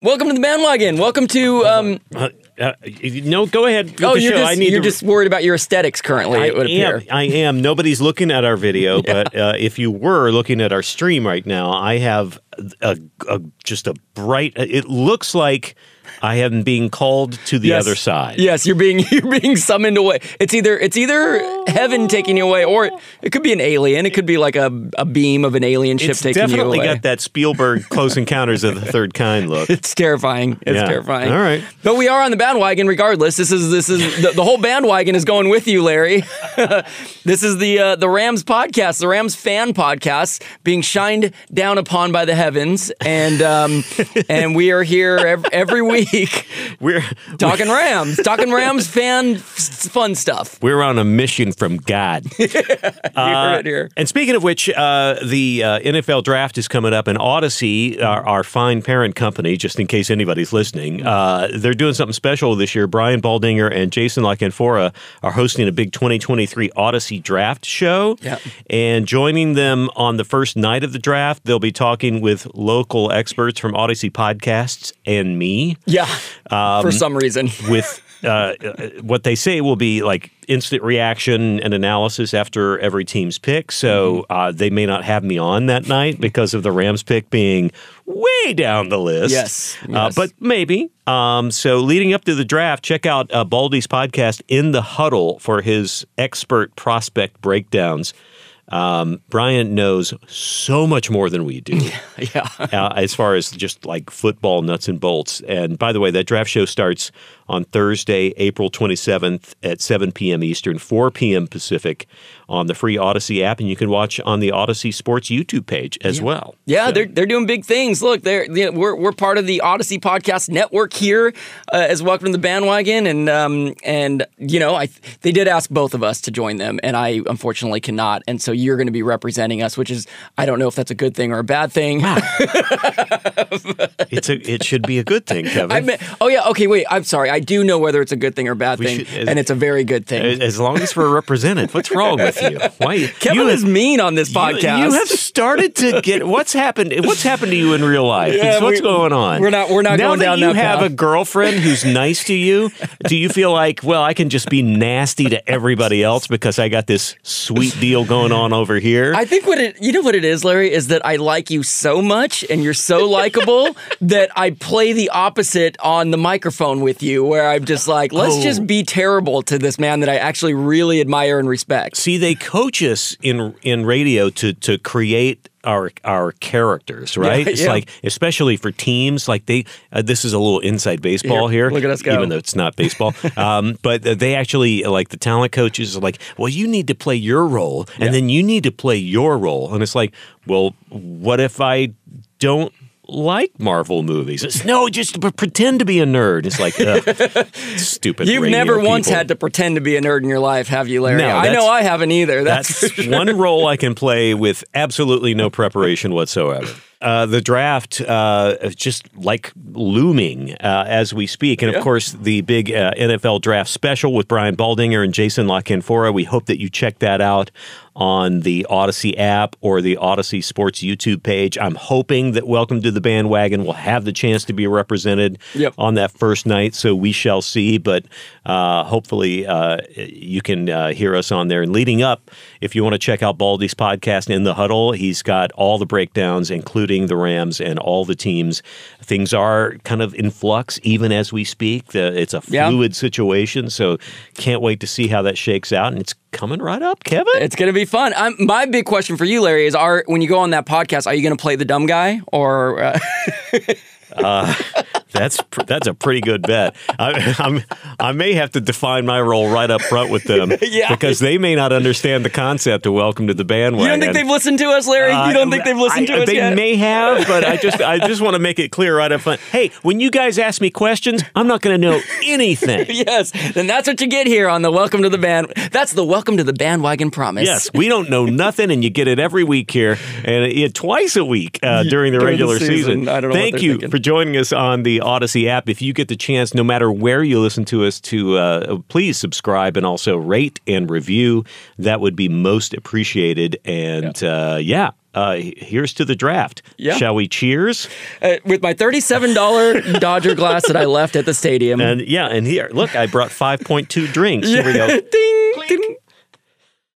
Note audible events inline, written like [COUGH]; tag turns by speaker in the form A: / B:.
A: Welcome to the bandwagon. Welcome to. Um,
B: Uh, uh, no, go ahead. with
A: oh,
B: the
A: you're
B: show.
A: just
B: I need
A: you're
B: to-
A: just worried about your aesthetics currently.
B: I
A: it would
B: am.
A: appear.
B: I am. Nobody's looking at
A: [LAUGHS]
B: our video, but uh, if you were looking at our stream right now, I have a, a just a bright. It looks like I am being called to the
A: Yes.
B: other side.
A: Yes, you're being [LAUGHS] you're being summoned away. It's either it's either heaven taking you away, or it, it could be an alien. It could be like a, a beam of an alien ship
B: It's
A: taking you away.
B: definitely got that Spielberg
A: [LAUGHS]
B: Close Encounters of the Third Kind look.
A: It's terrifying. It's
B: Yeah.
A: terrifying.
B: All right.
A: But we are on the bandwagon regardless. This is this is the, the whole bandwagon is going with you, Larry. [LAUGHS] this is the uh, the Rams podcast, the Rams fan podcast being shined down upon by the heavens and um [LAUGHS] and we are here ev- every week [LAUGHS]
B: We're
A: talking Rams, talking Rams fan f- fun stuff.
B: we're on a mission from God.
A: You
B: Uh,
A: heard it here.
B: And speaking of which, uh, the uh, NFL draft is coming up, and Odyssey, our, our fine parent company, just in case anybody's listening, uh, they're doing something special this year. Brian Baldinger and Jason LaCanfora are hosting a big 2023 Odyssey draft show.
A: Yeah.
B: And joining them on the first night of the draft, they'll be talking with local experts from Odyssey Podcasts and me
A: Yeah.
B: um,
A: for some reason. [LAUGHS]
B: with uh, what they say will be like instant reaction and analysis after every team's pick. So
A: Mm-hmm.
B: uh, they may not have me on that night because of the Rams pick being way down the list.
A: Yes,
B: Uh,
A: yes.
B: but maybe. Um, so leading up to the draft, check out uh, Baldy's podcast, In the Huddle, for his expert prospect breakdowns. Um, Brian knows so much more than we do
A: Yeah.
B: uh, as far as just like football nuts and bolts. And by the way, that draft show starts on Thursday, April 27th at 7 p.m. Eastern, 4 p.m. Pacific on the free Odyssey app. And you can watch on the Odyssey Sports YouTube page as well.
A: Yeah, they're they're doing big things. Look, they're you know, we're we're part of the Odyssey Podcast Network here uh, as welcome to the bandwagon, and um and you know I th- they did ask both of us to join them, and I unfortunately cannot, and so you're going to be representing us, which is I don't know if that's a good thing or a bad thing.
B: It's a, it should be a good thing,
A: [LAUGHS] [LAUGHS]
B: Kevin.
A: I meant, oh yeah, okay, wait, I'm sorry, I do know whether it's a good thing or a bad thing,
B: should- as-
A: and it's a very good thing.
B: as as long as we're represented, what's wrong with you? Why
A: Kevin
B: you
A: is
B: have-
A: mean on this
B: you-
A: podcast.
B: You, have started to get what's happened. What's happened to you in real life?
A: Yeah,
B: what's
A: we-
B: going on?
A: we're not- we're not
B: now
A: going
B: that
A: down
B: you
A: that
B: have
A: path.
B: a girlfriend who's nice to you. Do you feel like well, I can just be nasty to everybody else because I got this sweet deal going on over here?
A: I think what it you know what it is, Larry, is that I like you so much and you're so
B: [LAUGHS]
A: likable that I play the opposite on the microphone with you, where I'm just like, let's
B: Oh.
A: just be terrible to this man that I actually really admire and respect.
B: See, they coach us in in radio to to create our our characters, right?
A: Yeah,
B: it's
A: yeah.
B: like especially for teams like they. Uh, this is a little inside baseball
A: Here,
B: here.
A: look at us go.
B: Even though it's
A: [LAUGHS]
B: not baseball, um, but uh, they actually uh, like the talent coaches are like, well, you need to play your role, and then you need to play your role, and it's like, well, what if I don't? Like Marvel movies, it's no, just p- pretend to be a nerd. It's
A: [LAUGHS]
B: like ugh, stupid.
A: You've
B: radio
A: never once
B: people.
A: had to pretend to be a nerd in your life, have you, Larry?
B: No,
A: I know
B: that's-
A: I haven't either. That's,
B: That's one role I can play with absolutely no preparation whatsoever. Uh, the draft uh, is just like looming uh, as we speak. And of course, the big uh, NFL draft special with Brian Baldinger and Jason LaCanfora. We hope that you check that out on the Odyssey app or the Odyssey Sports YouTube page. I'm hoping that Welcome to the Bandwagon will have the chance to be represented
A: Yep.
B: on that first night. So we shall see. But uh, hopefully, uh, you can uh, hear us on there. And leading up, if you want to check out Baldy's podcast in the huddle, he's got all the breakdowns, including the Rams and all the teams. Things are kind of in flux even as we speak. The, it's a
A: Yeah.
B: fluid situation. So can't wait to see how that shakes out. And it's coming right up, Kevin.
A: [LAUGHS] it's gonna be fun. I'm, my big question for you, Larry, is: Are when you go on that podcast, are you gonna play the dumb guy, or uh, [LAUGHS]
B: That's pr- that's a pretty good bet. I, I'm I may have to define my role right up front with them
A: [LAUGHS] Yeah.
B: because they may not understand the concept of welcome to the bandwagon.
A: you don't think they've listened to us, Larry? you don't think they've listened
B: Uh, I-
A: to us
B: They
A: yet?
B: may have, but I just I just want to make it clear right up front. Hey, when you guys ask me questions, I'm not going to know anything.
A: [LAUGHS] yes, then that's what you get here on the Welcome to the Band. That's the Welcome to the Bandwagon promise.
B: Yes, we don't know nothing, and you get it every week here, and it, twice a week uh, during the
A: during the
B: regular
A: season. I don't know what
B: Thank
A: they're
B: you
A: thinking.
B: for joining us on the Odyssey app. If you get the chance, no matter where you listen to us, to uh, please subscribe and also rate and review. That would be most appreciated. And yeah, uh, yeah uh, here's to the draft.
A: Yeah.
B: Shall we cheers?
A: Uh, with my thirty-seven dollar Dodger glass that I left at the stadium.
B: And yeah, and here, look, I brought 5.2 drinks. Here we go.
A: [LAUGHS] ding, ding.